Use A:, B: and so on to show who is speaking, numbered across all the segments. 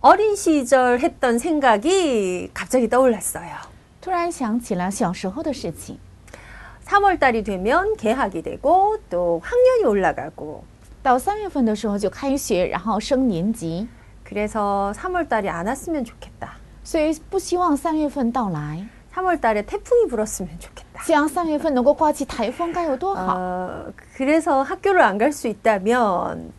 A: 어린 시절 했던 생각이 갑자기 떠올랐어요.
B: 突然想起了小时候的事情。
A: 3월 달이 되면 개학이 되고 또 학년이 올라가고
B: 到三月份的时候就开学，然后升年级，
A: 그래서 3월 달이 안 왔으면 좋겠다.
B: 所以不希望三月份到来，
A: 3월 달에 태풍이 불었으면 좋겠다.
B: 希望三月份能够刮起台风该有多好。
A: 呃 어, 그래서 학교를 안 갈 수 있다면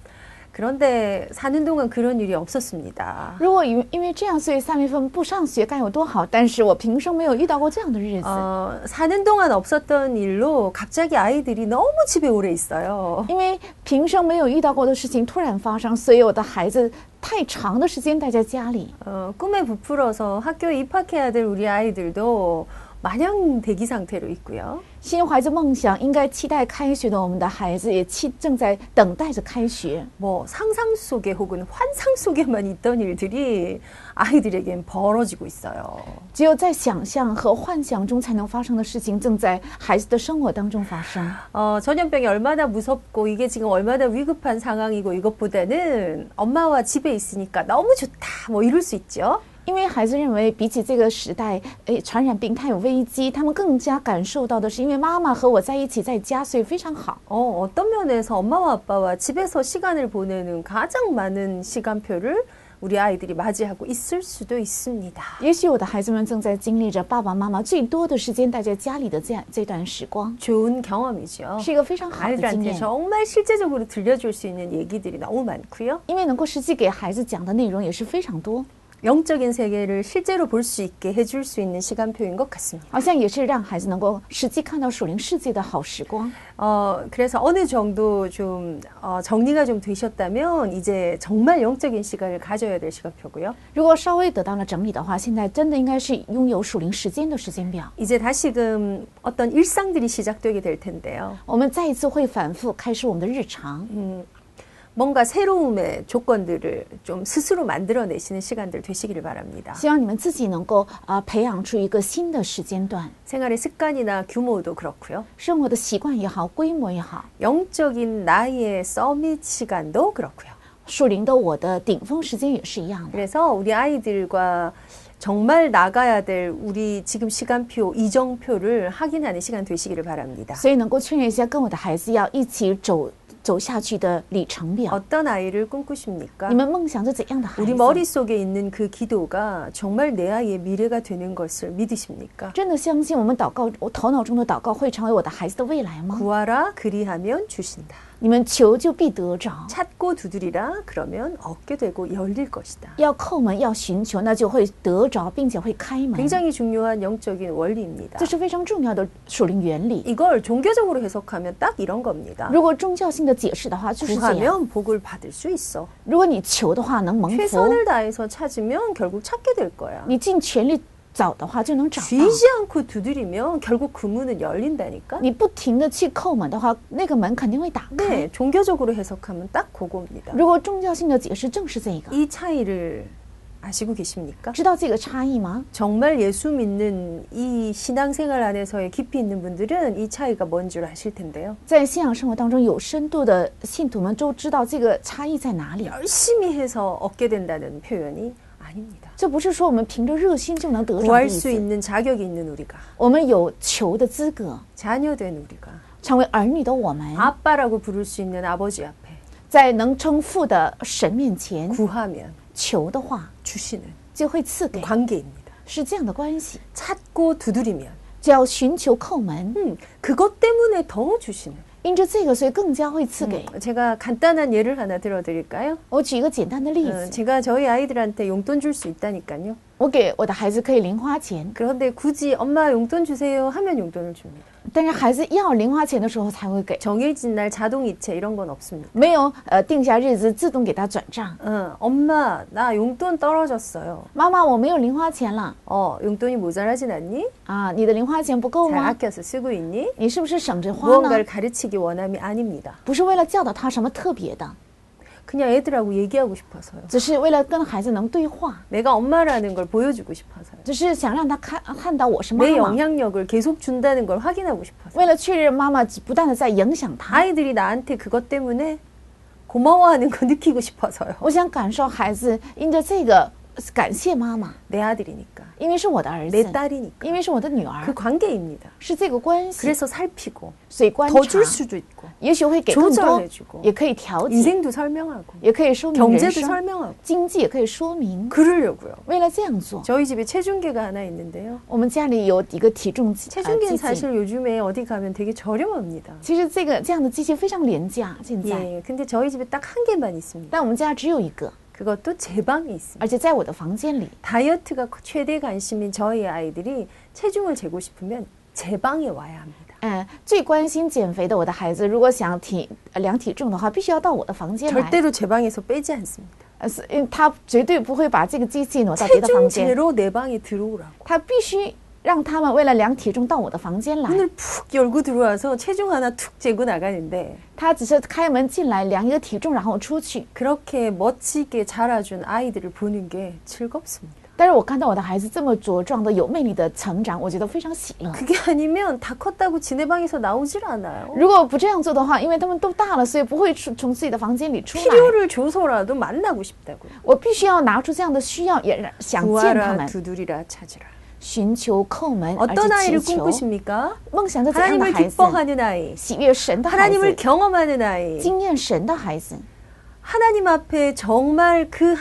A: 그런데 사는 동안 그런 일이 없었습니다.
B: 如果因因为这样，所以三月份不上学该有多好！但是我平生没有遇到过这样的日子，
A: 어, 사는 동안 없었던 일로 갑자기 아이들이 너무 집에 오래 있어요.
B: 因为平生没有遇到过的事情突然发生，所以我的孩子太长的时间待在家里。
A: 어, 꿈에 부풀어서 학교에 입학해야 될 우리 아이들도 마냥 대기 상태로 있고요.
B: 心怀着梦想，应该期待开学的我们的孩子也期正在等待着开学。
A: 뭐 상상 속에 혹은 환상 속에만 있던 일들이 아이들에겐 벌어지고 있어요.
B: 只有在想象和幻想中才能发生的事情，正在孩子的生活当中发生。
A: 어, 전염병이 얼마나 무섭고 이게 지금 얼마나 위급한 상황이고 이것보다는 엄마와 집에 있으니까 너무 좋다 뭐 이럴 수 있죠.
B: 因为孩子认为，比起这个时代，诶，传染病它有危机，他们更加感受到的是，因为妈妈和我在一起在家，所以非常好。
A: 어, 어떤 면에서 엄마와 아빠와 집에서 시간을 보내는 가장 많은 시간표를 우리 아이들이 맞이하고 있을 수도 있습니다.
B: 也许我的孩子们正在经历着爸爸妈妈最多的时间待在家里的这样这段时光，
A: 좋은 경험이죠.
B: 是一个非常好的经
A: 아이들한테
B: 验。
A: 정말 실제적으로 들려줄 수 있는 얘기들이 너무 많고요.
B: 因为能够实际给孩子讲的内容也是非常多，
A: 영적인 세계를 실제로 볼 수 있게 해줄 수 있는 시간표인 것 같습니다.
B: 好像也是让孩子能够实际看到属灵世界的好时光。
A: 어, 그래서 어느 정도 좀 어, 정리가 좀 되셨다면 이제 정말 영적인 시간을 가져야 될 시간표고요.
B: 如果稍微得到了整理的话，现在真的应该是拥有属灵时间的时间表。
A: 이제 다시금 어떤 일상들이 시작되게 될 텐데요.
B: 我们再一次会反复开始我们的日常。
A: 뭔가 새로움의 조건들을 좀 스스로 만들어내시는 시간들 되시기를 바랍니다.
B: 希望你们自己能够啊、呃培养出一个新的时间段，
A: 생활의 습관이나 규모도 그렇고요.
B: 生活的习惯也好，规模也好，
A: 영적인 나의 서밋 시간도 그렇고요.
B: 树林的我的顶峰时间也是一样的。
A: 그래서 우리 아이들과 정말 나가야 될 우리 지금 시간표, 이정표를 확인하는 시간 되시기를 바랍니다.
B: 所以能够确认一下，跟我的孩子要一起走走下去的里程表。
A: 어떤 아이를 꿈꾸십니까?
B: 你们梦想着怎样的孩
A: 우리
B: 子？
A: 머릿속에 있는 그 기도가 정말 내 아이의 미래가 되는 것을 믿으십니까?
B: 真的相信我们祷告，我头脑中的祷告会成为我的孩子的未来吗？
A: 구하라 그리하면 주신다.
B: 你们求就必得着，
A: 찾고 두드리라 그러면 얻게 되고 열릴 것이다.
B: 要叩门，要寻求，那就会得着，并且会开门。
A: 굉장히 중요한 영적인 원리입니다.
B: 这是非常重要的属灵原理。
A: 이걸 종교적으로 해석하면 딱 이런 겁니다.
B: 如果宗教性的解释的话，就是这样。
A: 구하면 복을 받을 수 있어.
B: 如果你求的话，能蒙福。
A: 최선을 다해서 찾으면 결국 찾게 될 거야.
B: 你尽全力找的话，就能找到。
A: 쥐지 않고 두드리면 결국 그 문은 열린다니까.
B: 你不停的去叩门的话，那个门肯定会打开。
A: 네, 종교적으로 해석하면 딱 그겁니다.
B: 如果宗教性的解释正是这个，
A: 이 차이를 아시고 계십니까?
B: 知道这个差异吗？
A: 정말 예수 믿는 이 신앙생활 안에서의 깊이 있는 분들은 이 차이가 뭔 줄 아실 텐데요.
B: 在信仰生活当中，有深度的信徒们都知道这个差异在哪里。
A: 열심히 해서 얻게 된다는 표현이 아닙니다.
B: 这不是说我们凭着热心就能得着的
A: 구할
B: 意
A: 수
B: 思，
A: 있는 자격이 있는 우리가
B: 我们有求的资格。
A: 자녀된 우리가
B: 成为儿女的我
A: 네.
B: 们，
A: 아빠라고 부를 수 있는 아버지 앞에
B: 在能称父的神面前
A: 구하면
B: 求的话，
A: 주시는
B: 就会赐给，
A: 관계입니다.
B: 是这样的关系。
A: 찾고 두드리면
B: 只要寻求叩门，
A: 음, 그것 때문에 더 주시는. 뭐,
B: 因着这个，所以更加会赐给。
A: 제가 간단한 예를 하나 들어드릴까요?
B: 我举一个简单的例
A: 어,
B: 子，
A: 제가 저희 아이들한테 용돈 줄 수 있다니까요.
B: 我给我的孩子可以零花钱，
A: 그런데 굳이 엄마 용돈 주세요 하면 용돈을 줍니다.
B: 但是孩子要零花钱的时候才会给，
A: 정해진 날 자동이체 이런 건 없습니다.
B: 没有呃定下日子自动给他转账。
A: 어, 엄마 나 용돈 떨어졌어요.
B: 妈妈，我没有零花钱了
A: 어, 용돈이 모자라진 않니?
B: 啊，你的零花钱不够
A: 잘
B: 吗？
A: 아껴서 쓰고 있니?
B: 你是不是省着花呢
A: 무언가를 ？ 가르치기 원함이 아닙니다.
B: 不是为了教导他什么特别的，
A: 그냥 애들하고 얘기하고 싶어서요.
B: 只是为了跟孩子能对话，
A: 내가 엄마라는 걸 보여주고 싶어서요.
B: 只是想让他看啊看到我是妈
A: 내
B: 妈，
A: 영향력을 계속 준다는 걸 확인하고 싶어서.
B: 为了确认妈妈不断的在影响他。
A: 아이들이 나한테 그것 때문에 고마워하는 거 느끼고 싶어서요.
B: 我想感受孩子因着这个感谢妈妈，
A: 내 아들이니까,
B: 因为是我的儿
A: 내
B: 子，
A: 딸이니까
B: 因为是我的女
A: 그
B: 儿，
A: 관계입니다.
B: 是这个关系，
A: 그래서 살피고
B: 所以观察
A: 더 줄 수도 있고
B: 也许会给更多
A: 조절해주고
B: 也可以调节，
A: 인생도 설명하고
B: 也可以说明人
A: 경제도
B: 生，
A: 설명하고
B: 经济也可以说明。
A: 그러려고요.
B: 为了这样做，
A: 저희 집에 체중계가 하나 있는데요.
B: 我们家里有一个体重机，呃
A: 체중계는
B: 机器
A: 사실 요즘에 어디 가면 되게 저렴합니다.
B: 其实这个这样的机器非常廉价，现在，
A: 예, 근데 저희 집에 딱 한 개만 있습니다.
B: 但我们家只有一个，
A: 그것도 제 방에 있습니다.
B: 而且在我的房间里。
A: 다이어트가 최대 관심인 저희 아이들이 체중을 재고 싶으면 제 방에 와야 합니다.
B: 嗯，最关心减肥的我的孩子，如果想体呃量体重的话，必须要到我的房间来。
A: 절대로 제 방에서 빼지 않습니다.
B: 呃，是因为他绝对不会把这个机器挪到别的房间，
A: 체중제로 내 방에 들어오라고.
B: 他必须让他们为了量体重到我的房间来。
A: 문을 푹 열고 들어와서 체중 하나 툭 재고 나가는데
B: 他只是开门进来量一个体重，然后出去。
A: 그렇게 멋지게 자라준 아이들을 보는 게 즐겁습니다.
B: 但是我看到我的孩子这么茁壮的、有魅力的成长，我觉得非常喜乐。
A: 그게 아니면 다 컸다고 지네 방에서 나오질 않아요.
B: 如果不这样做的话，因为他们都大了，所以不会出从自己的房间里出来。
A: 필요를 줘서라도 만나고 싶다고요.
B: 我必须要拿出这样的需要，也让想见他
A: 구하라
B: 们，
A: 두드리라 찾으라.
B: 아, 寻求叩门，而
A: 어떤
B: 且
A: 아이를
B: 祈求。
A: 꿈꾸십니까?
B: 梦想着怎样的
A: 하나님을
B: 孩子？
A: 기뻐하는 아이,
B: 喜悦神的孩
A: 하나님을
B: 子，
A: 경험하는 아이,
B: 经验神的孩子，
A: 하나님 앞에 정말 그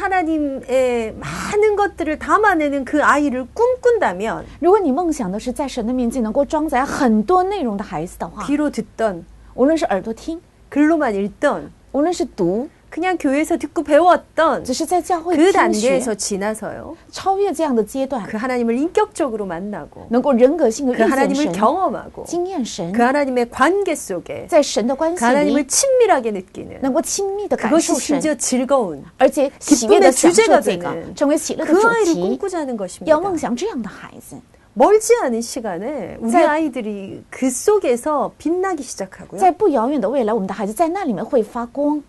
A: 하나님의 많은 것들을 담아내는 그 아이를 꿈꾼다면
B: 如果你梦想的是在神的面前能够装载很多内容的孩子的话，
A: 귀로 듣던
B: 无论是耳朵听，
A: 글로만 읽던
B: 无论是读，
A: 그냥 교회에서 듣고 배웠던
B: 只是在教会
A: 그
B: 听学，
A: 단계에서 지나서요.
B: 超越这样的阶段，
A: 그 하나님을 인격적으로 만나고
B: 能够人格性的遇
A: 그
B: 见
A: 하나님을
B: 神，
A: 경험하고
B: 经验神
A: 그 ， 하나님의 관계 속에
B: 在神的关
A: 그
B: 系里
A: 하나님을 친밀하게 느끼는
B: 能够亲密的感
A: 그것이
B: 受神，
A: 심지어 즐거운
B: 而且喜悦的享受这
A: 기쁨의주제가되는
B: 个，成为喜乐的
A: 그 아이를
B: 主题。
A: 꿈꾸자는
B: 要
A: 것입니다.
B: 梦想这样的孩子，
A: 멀지 않은 시간에 우리
B: 자-
A: 아이들이 그 속에서 빛나기 시작하고요.
B: 在不遥远的未来，我们的孩子在那里面会发光，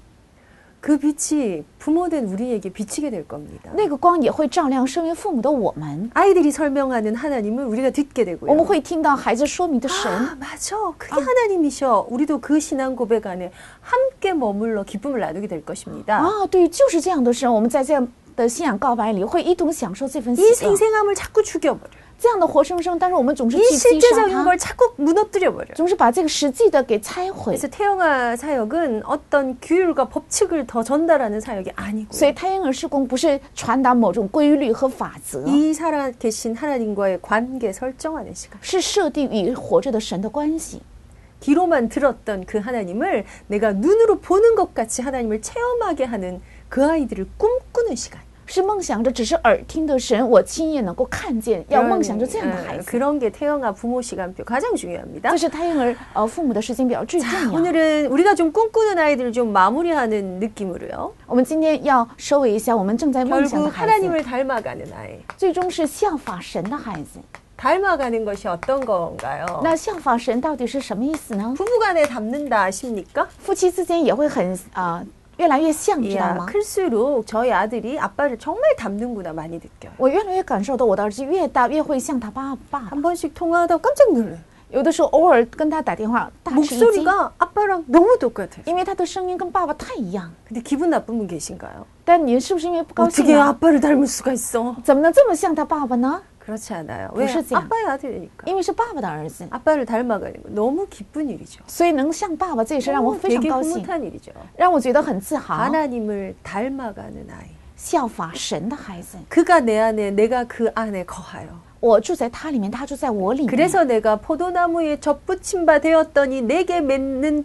A: 그 빛이 부모된 우리에게 비치게 될 겁니다.
B: 那个光也会照亮身为父母的我们。
A: 아이들이 설명하는 하나님을 우리가 듣게
B: 我们
A: 되고요.
B: 会啊听到孩子说明的神，
A: 아, 맞아. 그게 하나님이셔. 우리도 그 신앙 고백 안에 함께 머물러 기쁨을 나누게 될 것입니다.
B: 啊，对，就是这样的神。我们在这样的信仰告白里，会一同享受这份喜
A: 이
B: 乐。
A: 생생함을 자꾸 죽여버려.
B: 这样的活生生，但是我们总是
A: 이
B: 去击杀
A: 실제적인
B: 它，
A: 걸 자꾸 무너뜨려버려.
B: 总是把这个实际的给拆毁。
A: 그래서 태영아 사역은 어떤 규율과 법칙을 더 전달하는 사역이 아니고
B: 所以太阳儿施工不是传达某种规律和法则，
A: 이 살아 계신 하나님과의 관계 설정하는 시간.
B: 是设定与活着的神的关系。
A: 귀로만 들었던 그 하나님을 내가 눈으로 보는 것 같이 하나님을 체험하게 하는 그 아이들을 꿈꾸는 시간.
B: 是梦想着只是耳听的神，我亲眼能够看见，要
A: 그런,
B: 梦想着这样的
A: 어,
B: 孩子，
A: 그런 게 태영아 부모 시간표 가장 중요합니다.
B: 这是太阳儿呃父母的时间表最重要。
A: 오늘은 우리가 좀 꿈꾸는 아이들을 좀 마무리하는 느낌으로요.
B: 我们今天要收尾一下，我们正在梦想
A: 결국
B: 的孩子，
A: 하나님을 닮아가는 아이.
B: 最终是效法神的孩子。
A: 닮아가는 것이 어떤 건가요?
B: 那效法神到底是什么意思呢？
A: 부부간에 닮는다 아십니까?
B: 夫妻之间也会很啊、越来越像，知道
A: 이야,
B: 吗？
A: 클수록 저희 아들이 아빠를 정말 닮는구나 많이 느껴요.
B: 我越来越感受到，我的儿子越大越会像他爸爸。
A: 한 번씩 통화하다 깜짝 놀래.
B: 有的时候偶尔跟他打电话，大吃一惊，
A: 목소리가 아빠랑 너무 똑같아요.
B: 因为他的声音跟爸爸太一样。
A: 근데 기분 나쁜 분 계신가요?
B: 但您是不是因为不高兴
A: 어떻게
B: 啊？
A: 아빠를 닮을 수가 있어?
B: 怎么能这么像他爸爸呢？
A: 그렇지 않아요. 왜?
B: 무시지.
A: 아빠의 아들이니까.
B: 因为是爸爸的儿子，
A: 아빠를 닮아가는 거 너무 기쁜 일이죠.
B: 所以能像爸爸，这也是让我
A: 너무
B: 非常
A: 되게
B: 高兴，
A: 흐뭇한 일이죠.
B: 让我觉得很自
A: 아.
B: 豪。
A: 하나님을 닮아가는 아이.
B: 效法神的孩子，
A: 그가 내 안에, 내가 그 안에 거하여.
B: 我住在他里面，他住在我里面。
A: 그래서 내가 포도나무에 접붙임 바 되었더니 내게 맺는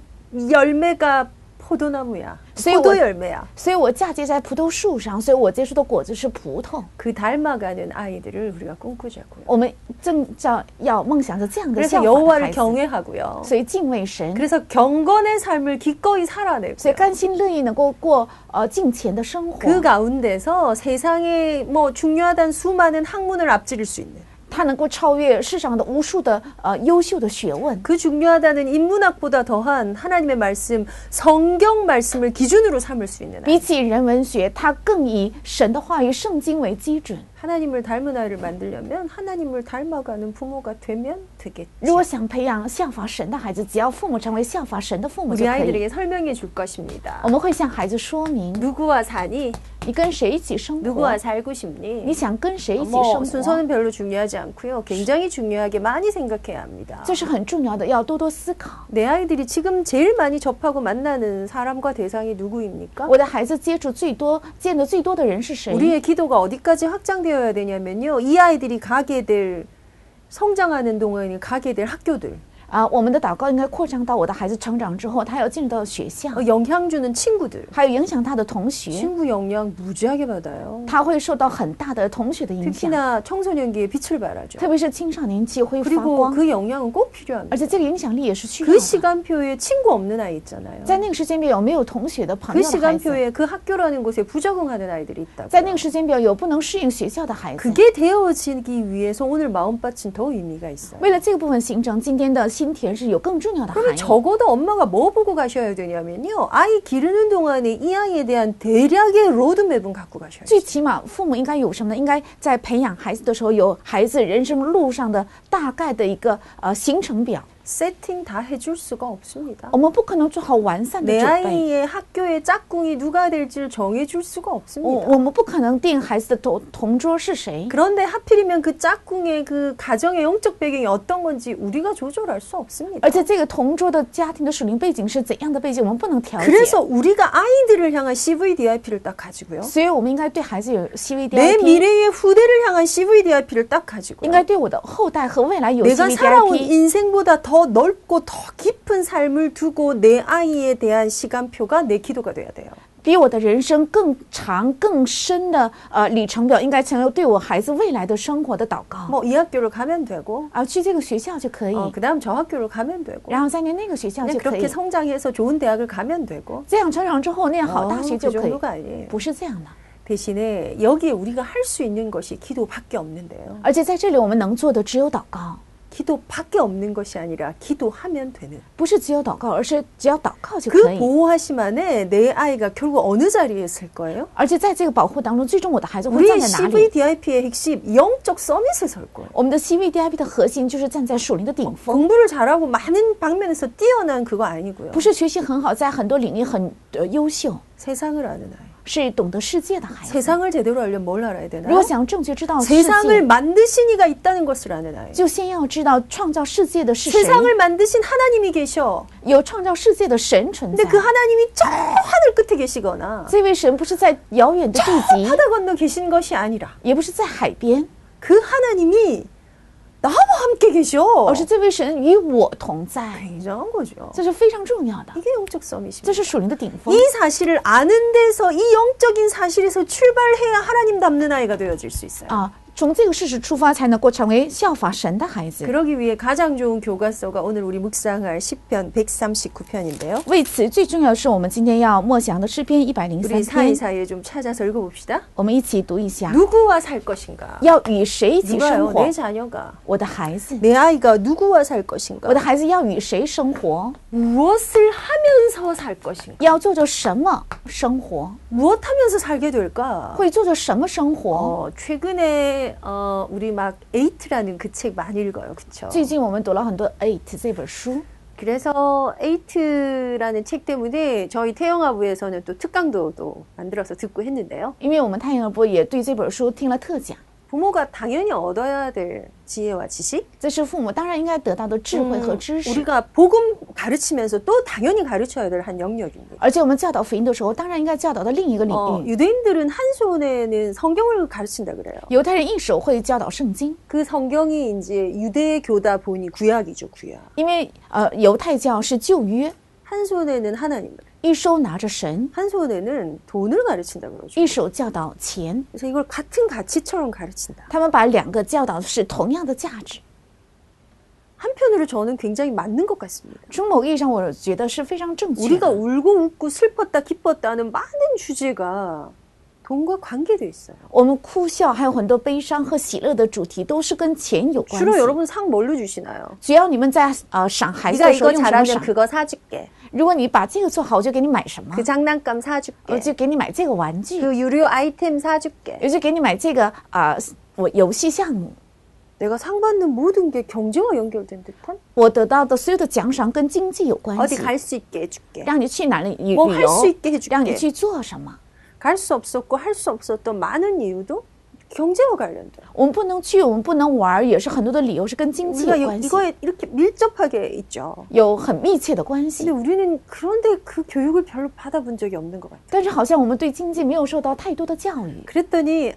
A: 열매가 포도나무야.
B: 세월.
A: 포도 열매야.
B: 所以我嫁接在葡萄树上，所以我结出的果子是葡萄。
A: 그 닮아가는 아이들을 우리가 꿈꾸자고요.
B: 我们正要要梦想着这样的效
A: 그래서
B: 法的
A: 여호와를
B: 孩子，
A: 경외하고요.
B: 所以敬畏神，
A: 그래서 경건의 삶을 기꺼이
B: 所以
A: 살아내고요.
B: 甘心乐意能够过呃敬虔的生
A: 그
B: 活，
A: 가운데서 세상에 뭐 중요하다는 수많은 학문을 앞지를 수 있는
B: 他能够超越世上的无数的呃优秀的学问，
A: 그 중요하다는 인문학보다 더한 하나님의 말씀, 성경 말씀을 기준으로 삼을 수 있는 아이.
B: 比起人文学，他更以神的话语、圣经为基准。
A: 하나님을 닮은 아이를 만들려면 하나님을 닮아가는 부모가 되면 되겠죠.
B: 如果想培养效法神的孩子，只要父母成为效法神的父母就
A: 우리
B: 可以。
A: 아이들에게 설명해 줄 것입니다.
B: 我们会向孩子说明，
A: 누구와 사니?
B: 你跟谁一起生活
A: 누구와 ， 살고 싶니?
B: 你想跟谁一起
A: 뭐
B: 生活，
A: 순서는 별로 중요하지 않고요. 굉장히 중요하게 많이 생각해야 합니다.
B: 这是很重要的，要多多思考。
A: 내 아이들이 지금 제일 많이 접하고 만나는 사람과 대상이 누구입니까?
B: 我的孩子接触最多、见得最多的人是谁？
A: 우리의 기도가 어디까지 확장되어야 되냐면요. 이 아이들이 가게 될 성장하는 동안에 가게 될 학교들,
B: 啊，我们的祷告应该扩张到我的孩子成长之后，他要进到学校，
A: 어, 영향 주는 친구들.
B: 还有影响他的同学，
A: 친구 영향 무지하게 받아요.
B: 他会受到很大的同学的影响，
A: 특히나 청소년기에 빛을 발하죠.
B: 特别是青少年期会发
A: 그리고
B: 光，
A: 그 영향은 꼭
B: 而
A: 필요합니다.
B: 且这个影响力也是需要
A: 그
B: 的。
A: 시간표에 친구 없는 아이 있잖아요.
B: 在那个时间表有没有同学的朋
A: 그
B: 友的孩子？
A: 시간표에 그 학교라는 곳에 부적응하는 아이들이 있다고.
B: 在那个时间表有不能适应学校的孩子。
A: 그게 되어지기 위해서 오늘 마음밭은 더 의미가 있어요.
B: 为了这个部分形成今天的新田是有更重要的含
A: 그러면
B: 义。
A: 적어도 엄마가 뭐 보고 가셔야 되냐면요. 아이 기르는 동안에 이 아이에 대한 대략의 로드맵은 갖고 가셔야 돼요.
B: 最起码父母应该有什么呢？应该在培养孩子的时候有孩子人生路上的大概的一个呃行程表。
A: 세팅 다 해줄 수가 없습니다.
B: 我们不可能做好完善的
A: 내
B: 准备，
A: 아이의 학교의 짝꿍이 누가 될지를 정해줄 수가
B: 我
A: 없습니다.
B: 我们不可能定孩子的同同桌是谁。
A: 그런데 하필이면 그 짝꿍의 그 가정의 영적 배경이 어떤 건지 우리가 조절할 수 없습니다.
B: 而且这个同桌的家庭的属灵背景是怎样的背景，我们不能调节。
A: 그래서 우리가 아이들을 향한 CVDIP를 딱 가지고요.
B: 所以我们应该对孩子有
A: 내
B: CVDIP，
A: 미래의 후대를 향한 CVDIP를 딱 가지고요.
B: 应该对我的后代和未来有
A: 내가 살아온
B: CVDIP。
A: 인생보다 더 넓고 더 깊은 삶을 두고 내 아이에 대한 시간표가 내 기도가 돼야 돼요.
B: 比我的人生更长、更深的呃里程表，应该成为对我孩子未来的生活的祷告。
A: 뭐 이 학교를 가면 되고
B: 啊，去这个学校就可以，
A: 어, 그다음 저 학교를 가면 되고
B: 然后再念那个学校
A: 그냥
B: 就可
A: 그렇게
B: 以，
A: 성장해서 좋은 대학을 가면 되고
B: 这样成长之后念好
A: 어,
B: 大学
A: 그
B: 哦就可以，
A: 정도가 아니에요.
B: 不是这样的。
A: 대신에 여기에 우리가 할 수 있는 것이 기도밖에 없는데요.
B: 而且在这里我们能做的只有祷告，
A: 기도밖에 없는 것이 아니라 기도하면 되는
B: 不是只有祷告，而是只要祷告就可
A: 그
B: 以。
A: 보호하심 안에 내 아이가 결국 어느 자리에 있을 거예요?
B: 而且在这个保护当中，最终我的孩子会站
A: 우리의
B: 在哪里？
A: CVDIP의 핵심 영적 서밋에 설 거예요.
B: 我们的 CVDIP 的核心就是站在属灵的顶峰，
A: 공부를 잘하고 많은 방면에서 뛰어난 그거 아니고요.
B: 不是学习很好，在很多领域很呃优秀，
A: 세상을 아는 아이.
B: 是懂得世界的孩子。
A: 세상을 제대로 알려면 뭘 알아야
B: 如
A: 되나요?
B: 果想正确知
A: 아,
B: 道世界
A: 세상을 。 만드신 이가 있다는 것을 아는 아이.
B: 就先要知道创造世界的是谁，
A: 세상을 만드신 하나님이 계셔.
B: 有创造世界的神存在
A: 근데 。그 하나님이 저 하늘 끝에 계시거나
B: 这位神不是在遥远 的地极，
A: 바다 건너 계신 것이 아니라
B: 也不是在海边，
A: 그 하나님이 나와 함께 계셔.
B: 而是这位神与我同在，
A: 굉장한 거죠.
B: 这是非常重要的，
A: 이게 영적 서밋입니다.
B: 这是属灵的顶峰
A: 이 。 사실을 아는 데서 이 영적인 사실에서 출발해야 하나님 닮는 아이가 되어질 수 있어요.
B: 啊，从这个事实出发，才能够成为效法神的孩子。
A: 그러기 위해 가장 좋은 교과서가 오늘 우리 묵상할 10편 139편인데요.
B: 为此，最重要的是我们今天要默想的诗篇一百零
A: 우리
B: 三篇，
A: 사이사이에 좀 찾아서 읽어봅시다.
B: 我们一起读一
A: 아.
B: 下：
A: 누구와 살 것인가?
B: 要与谁一起生
A: 누가요? 내
B: 活？
A: 자녀가.
B: 我的孩子，
A: 내 아이가 누구와 살 것인가?
B: 我的孩子要与谁生活？
A: 무엇을 하면서 살 것인가?
B: 要做着什么生活？
A: 무엇하면서 살게 될까?
B: 会做着什么生活？
A: 어, 최근에 어, 우리 막 에이트라는 그 책 많이 읽어요, 그렇죠?
B: 最近我们读了很多《Eight》这本书，
A: 그래서 에이트라는 책 때문에 저희 태영아부에서는 또 특강도 또 만들어서 듣고 했는데요.
B: 因为我们太阳波也对这本书听了特讲，
A: 부모가 당연히 얻어야 될 지혜와 지식, 음,
B: 这是父母当然应该得到的智慧和知识，
A: 우리가 복음 가르치면서 또 당연히 가르쳐야 될 한 영역입니다.
B: 而且我们教导福音的时候，当然应该教导到另一个领
A: 어,
B: 域。
A: 유대인들은 한 손에는 성경을 가르친다 그래요.
B: 犹太人一手会教导圣经，
A: 그 성경이 이제 유대교다 보니 구약이죠, 구약.
B: 因为呃，犹太教是旧约，
A: 한 손에는 하나님을,
B: 一手拿着神，
A: 한 손에는 돈을 가르친다 그러죠.
B: 一手教导钱，
A: 그래서 이걸 같은 가치처럼 가르친다.
B: 他们把两个教导是同样的价值。
A: 한편으로 저는 굉장히 맞는 것 같습니다.
B: 从某个意义上，我觉得是非常正确
A: 우리가
B: 的。
A: 울고 웃고 슬펐다 기뻤다 하는 많은 주제가 돈과 관계돼 있어요.
B: 我们哭笑，还有很多悲伤和喜乐的主题，都是跟钱有关
A: 주로
B: 系。
A: 여러분 상 뭘로 주시나요?
B: 只要你们在呃赏孩子
A: 네가
B: 的时候
A: 이거
B: 用什么赏
A: 잘하면 ， 그거 사줄게.
B: 如果你把这个做好，我就给你买什么
A: 그 ， 장난감 사줄게.
B: 我就给你买这个玩具，
A: 그 유료 아이템 사줄게.
B: 我就给你买这个啊、我游戏项目。
A: 내가 상 받는 모든 게 경제와 연결된 듯한?
B: 我得到的所有的奖赏跟经济有关
A: 어디
B: 系，
A: 갈 수 있게 해줄게.
B: 让你去哪里旅旅
A: 뭐 할 수
B: 游，
A: 있게 해줄게.
B: 让你去做什么。
A: 갈 수 없었고 할 수 없었던 많은 이유도 경제와 관련돼.
B: 我们不能去，我们不能玩，也是很多的理由是跟经济
A: 우리가
B: 有
A: 이-
B: 关系，
A: 이거에 이렇게 밀접하게 있죠.
B: 有很密切的关
A: 근데
B: 系。
A: 우리는 그런데 그 교육을 별로 받아본 적이 없는 것 같아.
B: 但是好像我们对经济没有受到太多的教育，
A: 그랬더니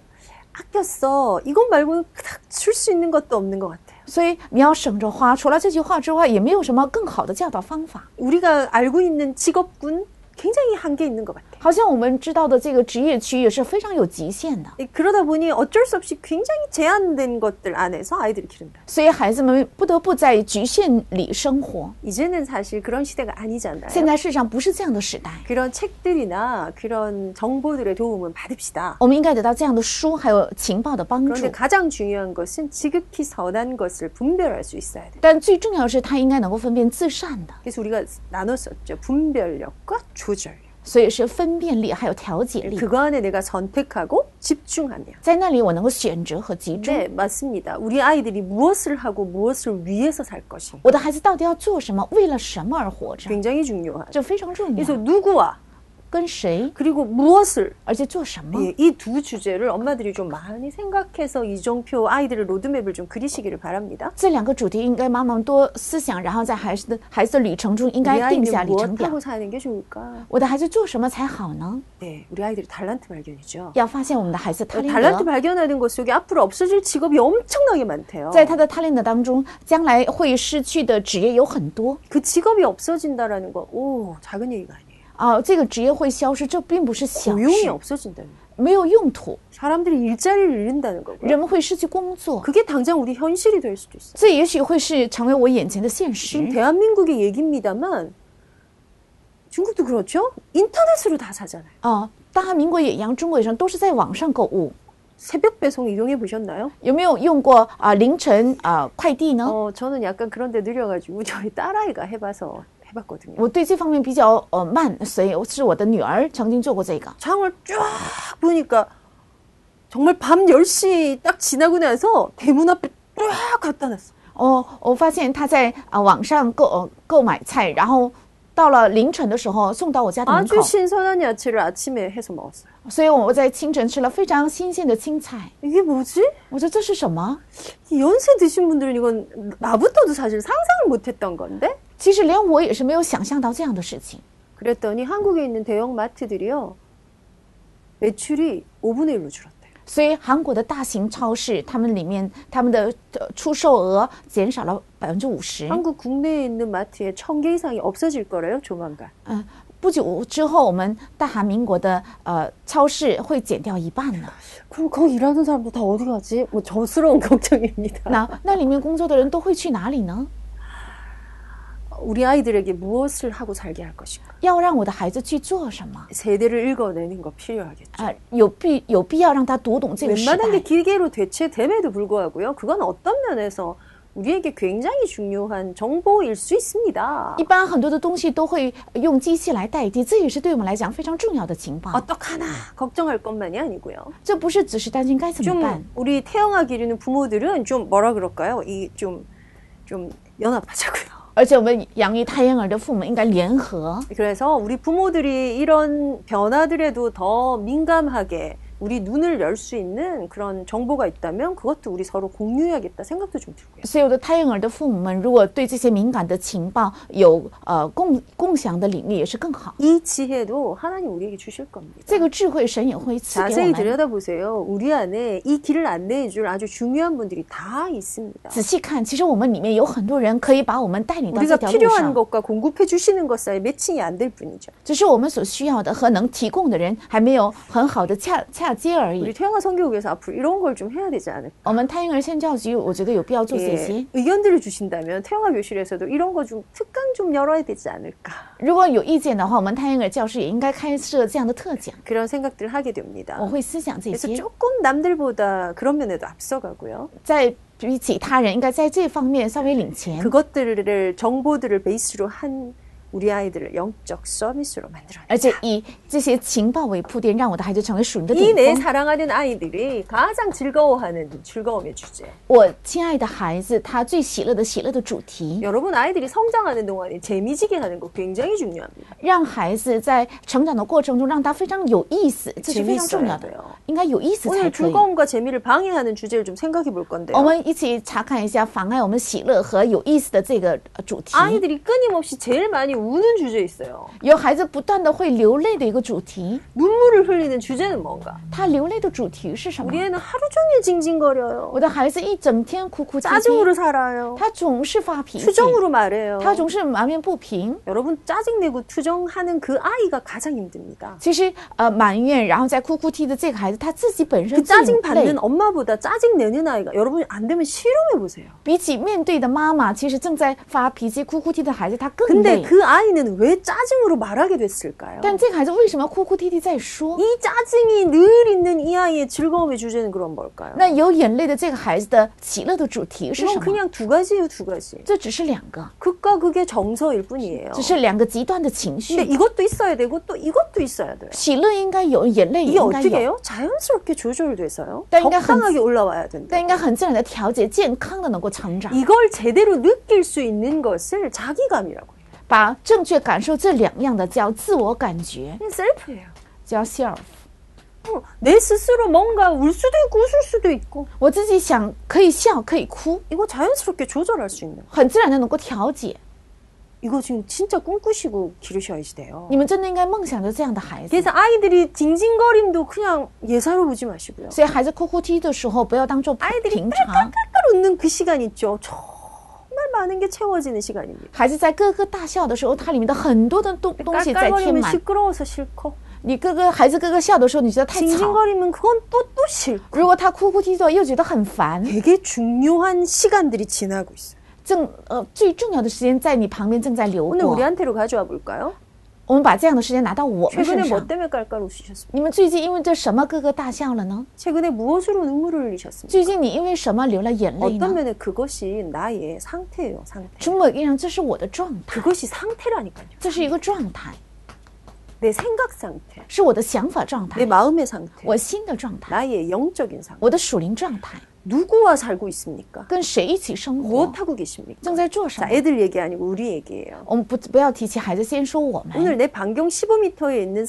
A: 아꼈어. 이것 말고는 그닥 줄 수 있는 것도 없는 것 같아요.
B: 所以你要省着花。除了这句话之外，也没有什么更好的教导方法。
A: 우리가 알고 있는 직업군 굉장히 한계 있는 것 같아요.
B: 好像我们知道的这个职业区也是非常有极限的，
A: 이- 그러다 보니 어쩔 수 없이 굉장히 제한된 것들 안에서 아이들을 기른다.
B: 所以孩子们不得不在局限里生活。
A: 이제는 사실 그런 시대가 아니잖아요.
B: 现在世上不是这样的时代，
A: 그런 책들이나 그런 정보들의 도움은 받읍시다.
B: 我们应该得到这样的书还有情报的帮助
A: 그런데 。 가장 중요한 것은 지극히 선한 것을 분별할 수 있어야 돼요.
B: 但最重要的是，他应该能够分辨自善的，
A: 그래서 우리가 나눴었죠. 분별력과 조절력.
B: 所以是分辨力还有调节力。
A: 그거 안에 내가 선택하고 집중하며.
B: 在那里，我能够选择和集中。
A: 네, 맞습니다. 우리 아이들이 무엇을 하고 무엇을 위해서 살 것인가
B: 我的孩子到底要做什么？为了什么而活着？
A: 굉장히 중요하죠.
B: 这非常重
A: 그렇죠. 그래서
B: 要。
A: 누구와
B: 跟谁，
A: 그리고 무엇을
B: 而且做什么？
A: 예, 이 두 주제를 엄마들이 좀 많이 생각해서 이종표 아이들의 로드맵을 좀 그리시기를 바랍니다.
B: 这两个主题应该妈妈们多思想，然后在孩子的孩子的旅程中应
A: 우리
B: 该定下
A: 아이는
B: 里程表
A: 무엇하고 。 사는 게 좋을까?
B: 我的孩子做什么才好呢？
A: 네, 우리 아이들이 달란트 발견이죠.
B: 要发现我们的孩子他
A: 달란트
B: 德，
A: 발견하는 것 속에 앞으로 없어질 직업이 엄청나게 많대요.
B: 在他的 talent 当中，将来会失去的职业有很多
A: 그 직업이 없어진다라는 건 오, 작은 얘기가 아니에요.
B: 啊、这个职业会消失，这并不是小
A: 고용이
B: 事，
A: 없어진다는 거예요.
B: 没有用途，
A: 사람들이 일자리를 잃는다는 거고요.
B: 人们会失去工作，
A: 그게 당장 우리 현실이 될 수도 있어요.
B: 这也许会是成为我眼前的现
A: 지금
B: 实。
A: 대한민국의 얘기입니다만 중국도 그렇죠? 인터넷으로 다 사잖아요.
B: 啊、大韩民国也一样，中国也一样，都是在网上购物。
A: 새벽 배송 이용해 보셨나요?
B: 有没有用过啊、凌晨啊、快递呢？
A: 어, 저는 약간 그런데 느려가지고 저희 딸아이가 해봐서 해봤거든요.
B: 我对这方面比较呃慢，所以是我的女儿曾经做过这个。
A: 창을 쫙 보니까 정말 밤 10시 딱 지나고 나서 대문 앞에 쫙 갖다 놨어.
B: 哦，我发现她在啊、网上购、呃购买菜，然后到了凌晨的时候送到我家的门口
A: 아주 ， 신선한 야채를 아침에 해서 먹었어요.
B: 所以我在清晨吃了非常新鲜的青菜。
A: 이게 뭐지?
B: 我说这是什么？
A: 이 연세 드신 분들은 이건 나부터도 사실 상상을 못했던 건데
B: 其实连我也是没有想象到这样的事情。
A: 그랬더니 한국에 있는 대형 마트들이요 매출이 5분의 1로 줄었대요.
B: 所以韩国的大型超市，他们里面他们的呃出售额减少了百分之五十。
A: 한국 국내에 있는 마트에 1000개 이상이 없어질 거래요 조만간.
B: 嗯，不久之后，我们大韩民国的呃超市会减掉一半 呢。
A: 그럼 거기 일하는 사람들 다 어디 가지? 뭐 저스러운 걱정입니다.
B: 那那里面工作的人都会去哪里呢？
A: 우리 아이들에게 무엇을 하고 살게 할 것인가?
B: 要让我的孩子去做什么？
A: 세대를 읽어내는 거 필요하겠죠.
B: 啊、有必有必要让他读懂这个时代
A: 웬만한 게 기계로 대체됨에도 불구하고요. 그건 어떤 면에서 우리에게 굉장히 중요한 정보일 수 있습니다.
B: 一般很多的东西都会用机器来代替，这也是对我们来讲非常重要的情报。
A: 어떡하나 걱정할 것만이 아니고요.
B: 哦这不是只是担心该怎么
A: 좀
B: 办，
A: 우리 태영아 기르는 부모들은 좀 뭐라 그럴까요? 이 좀 좀 연합하자고요.
B: 而且我们养育胎婴儿的父母应该联合，
A: 그래서 우리 부모들이 이런 변화들에도 더 민감하게 우리 눈을 열 수 있는 그런 정보가 있다면 그것도 우리 서로 공유해야겠다 생각도 좀 들고요.
B: 所有的胎婴儿的父母们，如果对这些敏感的情报有呃共共享的领域，也是更好。
A: 이 지혜도 하나님 우리에게 주실 겁니다.
B: 这个智慧神也会赐给我
A: 자세히
B: 们。
A: 들여다보세요. 우리 안에 이 길을 안내해 줄 아주 중요한 분들이 다 있습니다.
B: 仔细看，其实我们里面有很多人可以把我们带领到这
A: 우리가
B: 条路
A: 필요한
B: 上，
A: 것과 공급해 주시는 것 사이 매칭이 안 될 뿐이죠.
B: 只是我们所需要的和能提供的人还没有很好的恰恰接而
A: 우리
B: 已。
A: 태영아 선교국에서 앞으로 이런 걸 좀 해야 되지 않을까?
B: 我们胎婴儿宣教局，我觉得有必要做这
A: 예,
B: 些。
A: 의견들을 주신다면 태영아 교실에서도 이런 거 좀 특강 좀 열어야 되지 않을까?
B: 如果有意见的话，我们胎婴儿教室也应该开设这样的特讲。
A: 그런 생각들을 하게 됩니다.
B: 我会思想哎这
A: 그래서
B: 些，
A: 조금 남들보다 그런 면에도 앞서가고요.
B: 在比起他人应该在这方面稍微领前。
A: 그것들을 정보들을 베이스로 한 우리 아이들을 영적 서비스로 만들어내.
B: 而且以这些情报为铺垫，让我的孩子成为属灵的
A: 이
B: 顶
A: 내
B: 峰。
A: 사랑하는 아이들이 가장 즐거워하는 즐거움의 주제.
B: 我亲爱的孩子，他最喜乐的喜乐的主题，
A: 여러분 아이들이 성장하는 동안에 재미지게 하는 거 굉장히 중요합니다.
B: 让孩子在成长的过程中让他非常有意思，这是非常重要
A: 재밌어야
B: 的
A: 돼요 ，
B: 应该有意思才
A: 오늘
B: 可以。
A: 즐거움과 재미를 방해하는 주제를 좀 생각해 볼
B: 我
A: 건데요.
B: 们一起查看一下妨碍我们喜乐和有意思的这个呃主题。
A: 아이들이 끊임없이 제일 많이 우는 주제 있어요.
B: 有孩子不断的会流泪的一个主题，
A: 눈물을 흘리는 주제는 뭔가?
B: 他流泪的主题是什么
A: 우리 ？ 애는 하루 종일 징징거려요.
B: 我的孩子一整天哭哭啼啼，
A: 짜증으로 살아요.
B: 他总是发脾气，
A: 투정으로 말해요.
B: 他总是埋怨不平。
A: 여러분 짜증내고 투정하는 그 아이가 가장 힘듭니다.
B: 其实呃，埋怨然后再哭哭啼的这个孩子，他自己本身
A: 그
B: 最
A: 짜증
B: 累
A: 받는 ， 엄마보다 짜증 내는 아이가 여러분 안 되면 실험해 보세요.
B: 比起面对的妈妈，其实正在发脾气、哭哭啼的孩子，他更
A: 근데
B: 累。
A: 그 아이는 왜 짜증으로 말하게 됐을까요?
B: 但这个孩子为什么哭哭啼啼在说？
A: 이 짜증이 늘 있는 이 아이의 즐거움의 주제는 그럼 뭘까요?
B: 那有眼泪的这个孩子的喜乐的主题是
A: 이건
B: 什么？
A: 그냥 두 가지예요, 두 가지.
B: 这只是两个，
A: 극과 극의 정서일 뿐이에요.
B: 只是两个极端的情
A: 근데
B: 绪。
A: 이것도 있어야 되고 또 이것도 있어야 돼요.
B: 喜乐应该有，眼泪也
A: 이게
B: 应该
A: 어떻게
B: 有，
A: 해요? 자연스럽게 조절돼서요.
B: 네, 그러니까
A: 적당하게 올라와야 된다.
B: 但应该很自然的调节，健康的能够成长，
A: 이걸 제대로 느낄 수 있는 것을 자기감이라고 해요.
B: 把正确感受这两样的叫自我感觉，
A: 그냥 셀프예요.
B: 叫 self。
A: 어, 내 스스로 뭔가 울 수도 있고 웃을 수도 있고
B: 我自己想可以笑，可以哭，
A: 이거 자연스럽게 조절할 수 있는 거.
B: 很自然的能够调节。
A: 이거 지금 진짜 꿈꾸시고 기르셔야지 돼요.
B: 你们真的应该梦想着这样的孩子。
A: 그래서 아이들이 징징거림도 그냥 예사로 보지 마시고요.
B: 所以孩子哭哭啼的时候，不要当做
A: 哎对
B: 平常。
A: 깔깔 웃는 그 시간 있죠. 정말 많은 게 채워지는 시간입니다.
B: 孩子在咯咯大笑的时候，它里面的很多的东东西在填
A: 깔깔거리면
B: 满。
A: 시끄러워서 싫고
B: 你咯咯孩子咯咯笑的时候，你觉得太吵；
A: 징징거리면 그건 또 또 싫고
B: 如果他哭哭啼啼，又觉得很烦。
A: 되게 중요한 시간들이 지나고 있어요.
B: 正呃最重要的时间在你旁边正在流
A: 오늘
B: 过，
A: 우리한테로 가져와 볼까요?
B: 我们把这样的时间拿到我们身
A: 최근에 뭐
B: 上。
A: 때문에 깔깔 웃으셨습니까?
B: 你们最近因为这什么咯咯大笑了呢？
A: 최근에 무엇으로 눈물을 흘리셨습니까?
B: 最近你因为什么流了眼泪
A: 어떤
B: 呢？
A: 면에 그것이 나의 상태예요, 상태.
B: 从某一样，这是我的状态，
A: 그것이 상태라니까요.
B: 这是一个状态，
A: 내 생각 상태,
B: 是我的想法状
A: 내
B: 态，
A: 마음의 상태,
B: 我心的状态，
A: 나의 영적인 상태.
B: 我的属灵状态，
A: 누구와 살고 있습니까?
B: 跟谁一起生活，
A: 무엇하고 계십니까?
B: 正在做什
A: 자,
B: 么。
A: 애들 얘기 아니고 우리 얘기예요.
B: 我们不不要提起孩子，先说我们。
A: 오늘 내 반경 15m에 있는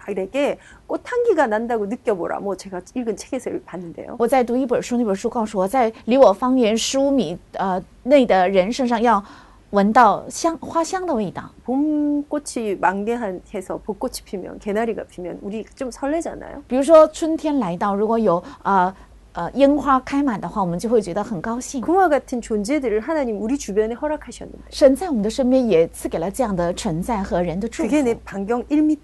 A: 사람들에게 꽃향기가 난다고 느껴보라. 뭐 제가 읽은 책에서 봤는데요.
B: 我在读一本书，那本书告诉我在离我方圆十五米呃内的人身上要闻到香花香的味道。
A: 봄 꽃이 만개해서 벚꽃이 피면 개나리가 피면 우리 좀 설레잖아요.
B: 比如说春天来到，如果有呃呃樱花开满的话，我们就会觉得很高兴。
A: 그와 같은 존재들을 하나님 우리 주변에 허락하셨는데
B: 神在我们的身边也赐给了这样的存在和人的祝
A: 그게
B: 福
A: 내 ， 반경 1m예요.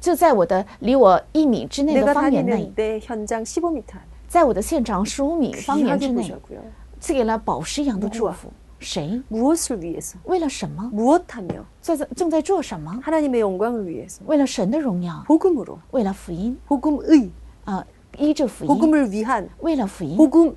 B: 就在我的离我一米之内
A: 네, 내가
B: 的方圆内，
A: 다니는 내 현장 15m 안에
B: 在我的现场十五米方圆之
A: 귀하게
B: 内，
A: 보자고요.
B: 赐给了宝石一样的祝
A: 哇
B: 福。谁？
A: 무엇을 위해서
B: 为了什么？
A: 무엇하며
B: 在正在做什么？
A: 하나님의 영광을 위해서
B: 为了神的荣耀，
A: 복음으로
B: 为了福音
A: 복음의
B: 啊、依着福音，
A: 복음을 위한
B: 为了福音，
A: 복음에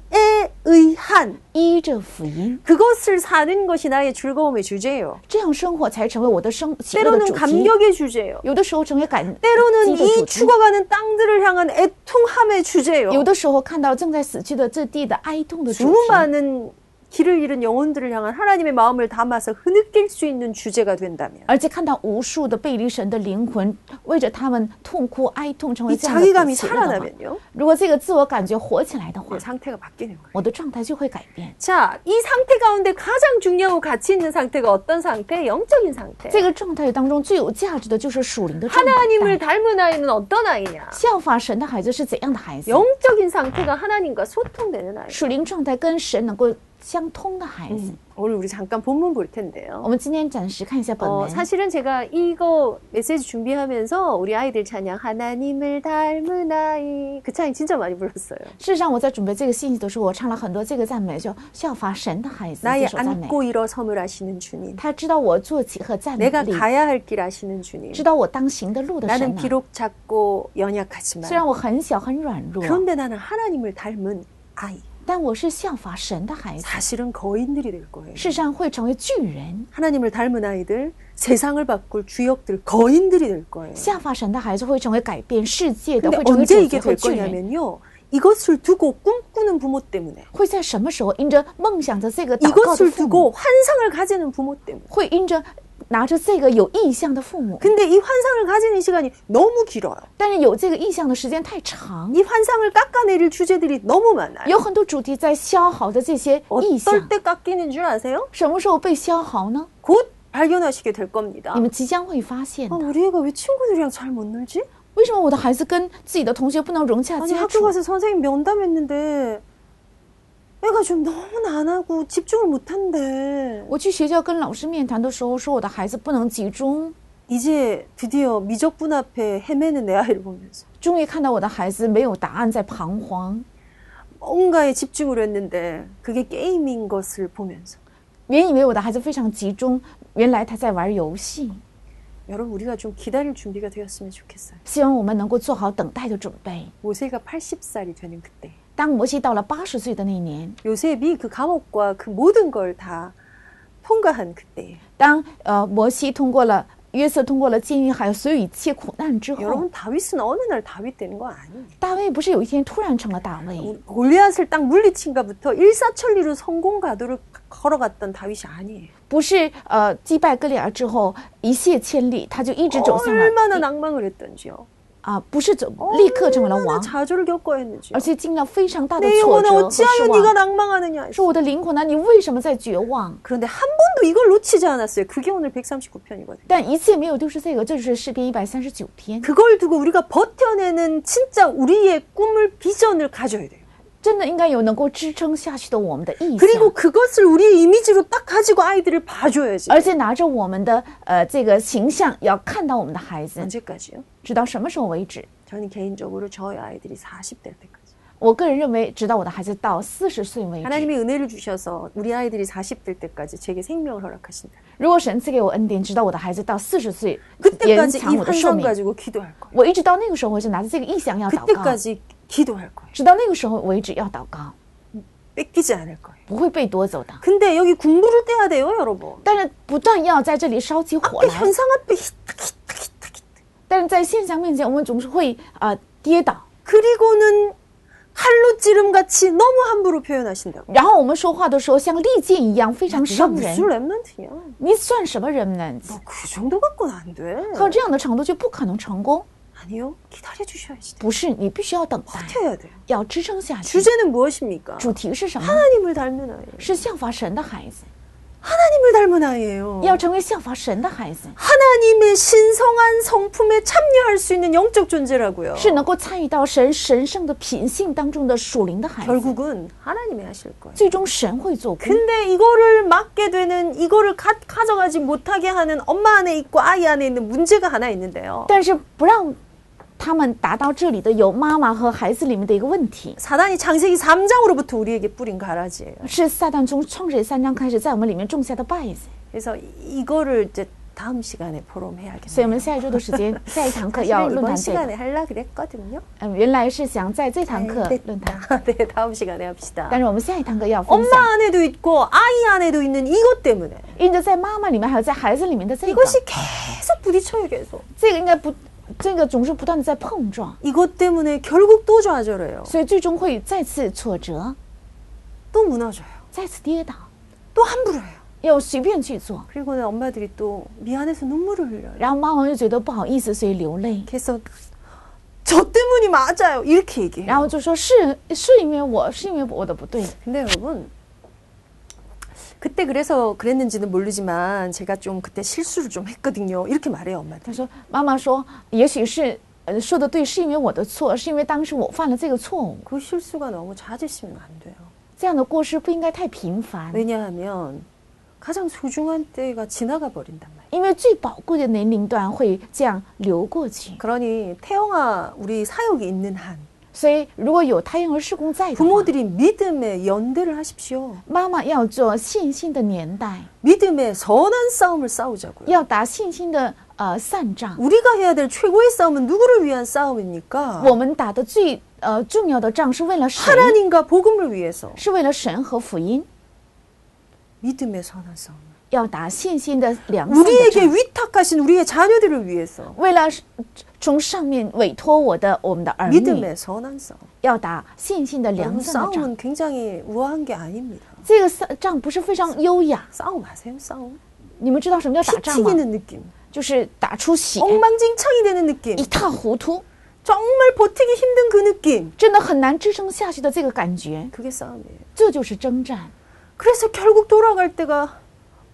A: 의한
B: 依着福音，
A: 그것을 사는 것이 나의 즐거움의 주제예요.
B: 这样生活才成为我的生喜乐的
A: 때로는
B: 主题。
A: 감격의 주제예요.
B: 有的时候成为感激
A: 때로는
B: 的主
A: 그렇죠. 이
B: 题。
A: 죽어가는 땅들을 향한 애통함의 주제예요.
B: 有的时候看到正在死去的这地的哀痛的主
A: 너무
B: 题，
A: 많은 길을 잃은 영혼들을 향한 하나님의 마음을 담아서 흐느낄 수 있는 주제가 된다면
B: 而且看到无数的背离神的灵魂，为着他们痛哭哀痛，成为
A: 이
B: 这样的可
A: 자기감이
B: 喜乐的话
A: 살아나면요 어,
B: 如果这个自我感觉活起来的话
A: 내 ， 상태가 바뀌는 거예요.
B: 我的状态就会改变。
A: 자, 이 상태 가운데 가장 중요하고 가치 있는 상태가 어떤 상태? 영적인 상태.
B: 这个状态当中最有价值的就是属灵的状态。
A: 하나님을 닮은 아이는 어떤 아이냐?
B: 效法神的孩子是怎样的孩子？
A: 영적인 상태가 하나님과 소통되는 아이.
B: 属灵状态跟神能够相通的孩子。
A: 음, 오늘 우리 잠깐 본문 볼 텐데요.
B: 我们今天暂时看一下本
A: 어,
B: 文。
A: 사실은 제가 이거 메시지 준비하면서 우리 아이들 찬양 하나님을 닮은 아이 그 찬양 진짜 많이 불렀어요.
B: 事实上，我在准备这个信息的时候，我唱了很多这个赞美，就效法神的孩子这
A: 나의
B: 首赞美。
A: 안고 일어섬을 아시는 주님,
B: 他知道我坐起和站
A: 내가
B: 立，
A: 가야 할 길 아시는 주님,
B: 知道我当行的路的神、
A: 나는
B: 啊。
A: 비록 작고
B: 虽
A: 연약하지만
B: 然我很小很软弱，
A: 그런데 나는 하나님을 닮은 아이.
B: 但我是效法神的孩子，
A: 사실은 거인들이 될 거예요.
B: 世上会成为巨人。
A: 하나님을 닮은 아이들, 세상을 바꿀 주역들, 거인들이 될 거예요.
B: 效法神的孩子会成为改变世界的，
A: 근데
B: 会成为
A: 언제
B: 主角
A: 이게
B: 和
A: 될
B: 巨人。
A: 거냐면요. 이것을 두고 꿈꾸는 부모 때문에,
B: 会在什么时候因着梦想着这个祷告的
A: 이것을
B: 父母，
A: 두고 환상을 가지는 부모 때문에.
B: 会因着拿着这个有意向的父母，
A: 근데 이 환상을 가지는 시간이 너무 길어요.
B: 但是有这个意向的时间太长，
A: 이 환상을 깎아내릴 주제들이 너무 많아요.
B: 有很多主题在消耗的这些意向
A: 어떨 ，때 깎이는 줄 아세요?
B: 什么时候被消耗呢？
A: 곧 발견하시게 될 겁니다.
B: 你们即将会发现
A: 아,
B: 的。
A: 우리 애가 왜 친구들이랑 잘 못 놀지?
B: 为什么我的孩子跟自己的同学不能融洽
A: 아니
B: 接
A: 학교
B: 触？
A: 가서 선생님 면담했는데 애가 좀 너무 안 하고 집중을 못 한대.
B: 我去学校跟老师面谈的时候，说我的孩子不能集中，
A: 이제 드디어 미적분 앞에 헤매는 내 아이를 보면서
B: 终于看到我的孩子没有答案在彷徨。
A: 뭔가에 집중을 했는데 그게 게임인 것을 보면서
B: 原以为我的孩子非常集中，原来他在玩游戏。
A: 여러분 우리가 좀 기다릴 준비가 되었으면 좋겠어요.
B: 希望我们能够做好等待的准备。
A: 모세가 80살이 되는 그때
B: 当摩西到了八十岁的那一年，
A: 요셉이 그 감옥과 그 모든 걸 다 통과한 그때
B: 当呃摩西通过了约瑟通过了监狱，还有所有一切苦难之后，
A: 여러분 다윗은 어느 날 다윗 되는 거 아니에요.
B: 大卫不是有一天突然成了大卫？
A: 우리 골리앗을 딱 물리친가부터 일사천리로 성공 가도를 걸어갔던 다윗이 아니에요.
B: 不是呃击败哥利亚之后一泻千里，他就一直走向了
A: 얼마나 낭망을 했던지요.
B: 啊、不是走立刻成为了
A: 얼마나
B: 王，
A: 좌절을 겪어야 했는지요.
B: 而且经历了非常大的
A: 내
B: 挫
A: 영혼아
B: 折和
A: 어찌하여
B: 失
A: 네가
B: 望。
A: 낭망하느냐.
B: 说我的灵魂呢、你为什么在绝望？
A: 그런데 한 번도 이걸 놓치지 않았어요. 그게 오늘 139편이거든요.
B: 但一切没有丢失这个，这就是诗篇一百三十九篇。
A: 그걸 두고 우리가 버텨내는 진짜 우리의 꿈을 비전을 가져야 돼요.
B: 真的应该有能够支撑下去的我们的意向，
A: 그리고 그것을 우리의 이미지로 딱 가지고 아이들을 봐줘야지.
B: 而且拿着我们的呃这个形象，要看到我们的孩子，
A: 언제까지요?
B: 直到什么时候为止？
A: 저는 개인적으로 저희 아이들이 40 될 때까지.
B: 我个人认为，直到我的孩子到四十岁为止。
A: 하나님이 은혜를 주셔서 우리 아이들이 40 될 때까지 제게 생명을 허락하신다.
B: 如果神赐给我恩典，直到我的孩子到四十岁，延
A: 그때까지 이
B: 长我的寿
A: 환상
B: 命，
A: 가지고 기도할 거예요.
B: 我一直到那个时候，我就拿着这个意向要祷告，
A: 그때까지 기도할 거예요.
B: 直到那个时候为止要祷告，
A: 뺏기지 않을 거예요.
B: 不会被夺走的。
A: 근데 여기 군부를 떼야 돼요, 여러분.
B: 但是不断要在这里烧起火
A: 그
B: 来，
A: 현상 앞에 히딱히딱히딱
B: 但是在现象面前，我们总是会啊、呃跌倒，
A: 그리고는 칼로 찌름 같이 너무 함부로 표현하신다고.
B: 然后我们说话的时候像利剑一样非常
A: 네가
B: 伤人
A: 무슨 。 랩런트냐? 뭐
B: 你算什么人呢？
A: 그 정도 갖고는 안 돼.
B: 靠这样的程度就不可能成功。
A: 아니요, 기다려 주셔야지.
B: 不是，你必须要等待，
A: 버텨야 돼요.
B: 要支撑下去。
A: 주제는 무엇입니까?
B: 主题是什么？
A: 하나님을 닮은 아이예요.
B: 是效法神的孩子，
A: 하나님을 닮은 아이예요.
B: 要成为效法神的孩子，
A: 하나님의 신성한 성품에 참여할 수 있는 영적 존재라고요.
B: 是能够参与到神神圣的品性当中的属灵的孩
A: 哦
B: 子。
A: 결국은 하나님이 하실 거예요.
B: 最终神会做工，
A: 근데 이거를 막게 되는 이거를 가, 가져가지 못하게 하는 엄마 안에 있고 아이 안에 있는 문제가 하나 있는데요.
B: 但是不让他们达到这里的有妈妈和孩子里面的一个问题，
A: 사단이 창세기 3장으로부터 우리에게 뿌린 가라지예요.
B: 是撒旦从创世三章开始在我们里面种下的败子。
A: 그래서 이- 이거를 이제 다음 시간에
B: 所以我
A: 포럼해야겠네요.
B: 们下一周的时间，下一堂课要
A: 사실은
B: 论
A: 이번
B: 坛这个。
A: 시간에 하려 그랬거든요.
B: 嗯，原来是想在这堂课论坛，
A: 됐다. 네, 다음 시간에 합시다.
B: 但是我们下一堂课要分享。
A: 엄마 안에도 있고 아이 안에도 있는 이것 때문에
B: 因着在妈妈里面，还有在孩子里面的这个，
A: 이것이 계속 부딪혀요 계속.
B: 这个应该不，这个总是不断的在碰撞，
A: 이것 때문에 결국 또 좌절해요.
B: 所以最终会再次挫折，
A: 또 무너져요.
B: 再次跌倒，
A: 또 함부로 해요.
B: 又随便去做，
A: 그리고는 엄마들이 또 미안해서 눈물을 흘려요.
B: 然后妈妈又觉得不好意思，所以流泪，
A: 그래서 저 때문이 맞아요. 이렇게 얘기해요.
B: 然后就说是是因为我是因为我的不对，
A: 근데 여러분 그때 그래서 그랬는지는 모르지만 제가 좀 그때 실수를 좀 했거든요. 이렇게 말해요, 엄마들.
B: 她说妈妈说也许是呃说的对，是因为我的错，是因为当时我犯了这个错误，
A: 그 실수가 너무 잦으시면 안 돼요.
B: 这样的过失不应该太频繁，
A: 왜냐하면 가장 소중한 때가 지나가 버린단 말이에요.
B: 因为最宝贵的年龄段会这样流过去，
A: 그러니 태영아 우리 사역이 있는 한
B: 所以如果有胎儿施工在的话
A: 부모들이 믿음의 연대를 하십시오.
B: 妈妈要做信心的年代，
A: 믿음의 선한 싸움을 싸우자고요.
B: 要打信心的呃善仗。 뭐,
A: 우리가 해야 될 최고의 싸움은 누구를 위한 싸움입니까?
B: 我们打的最呃重要的仗是为了神，
A: 하나님과 복음을 위해서
B: 是为了神和福音，
A: 믿음의 선한 싸움.
B: 要打信心的良善的
A: 우리에게
B: 仗，
A: 위탁하신 우리의 자녀들을 위해서
B: 为了从上面委托我的我们的儿女，
A: 믿음의 선한 싸움.
B: 要打信心的
A: 여러분,
B: 良善的仗。
A: 싸움은 굉장히 우아한 게 아닙니다.
B: 这个丧仗不是非常优雅，
A: 싸움 아세요? 싸움.
B: 你们知道什么叫打
A: 피
B: 仗吗？
A: 튀기는 느낌.
B: 就是打出血，
A: ，Oh 엉망진창이 되는 느낌.
B: 一塌糊涂，
A: 정말 버티기 힘든 그 느낌.
B: 真的很难支撑下去的这个感觉，
A: 그게 싸움이에요.
B: 这就是征战。
A: 그래서 결국 돌아갈 때가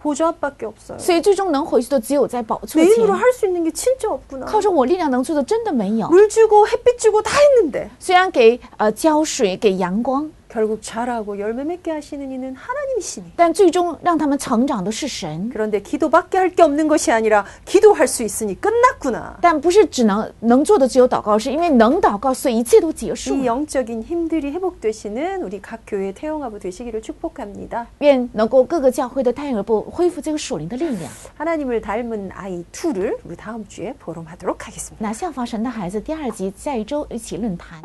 A: 보조 앞밖에 없어요.
B: 所以最终能回去的只有在宝座
A: 내 힘으로
B: 前，
A: 할 수 있는 게 진짜 없구나.
B: 靠着我力量能做的真的没有。
A: 물 주고 햇빛 주고 다 했는데
B: 虽然给呃浇水给阳光，
A: 결국 자라고 열매 맺게 하시는 이는 하나님이시니.
B: 但最终让他们成长的是神。
A: 그런데 기도밖에 할 게 없는 것이 아니라 기도할 수 있으니 끝났구나.
B: 但不是只能能做的只有祷告，是因为能祷告，所以一切都结束
A: 이
B: 了。
A: 영적인 힘들이 회복되시는 우리 각 교회 태영아부 되시기를 축복합니다.
B: 愿能够各个教会的胎儿部恢复这个属灵的力量，
A: 하나님을 닮은 아이 2를 우리 다음 주에 보름하도록 하겠습니다.
B: 拿效法神的孩子第二集下一周一起论坛。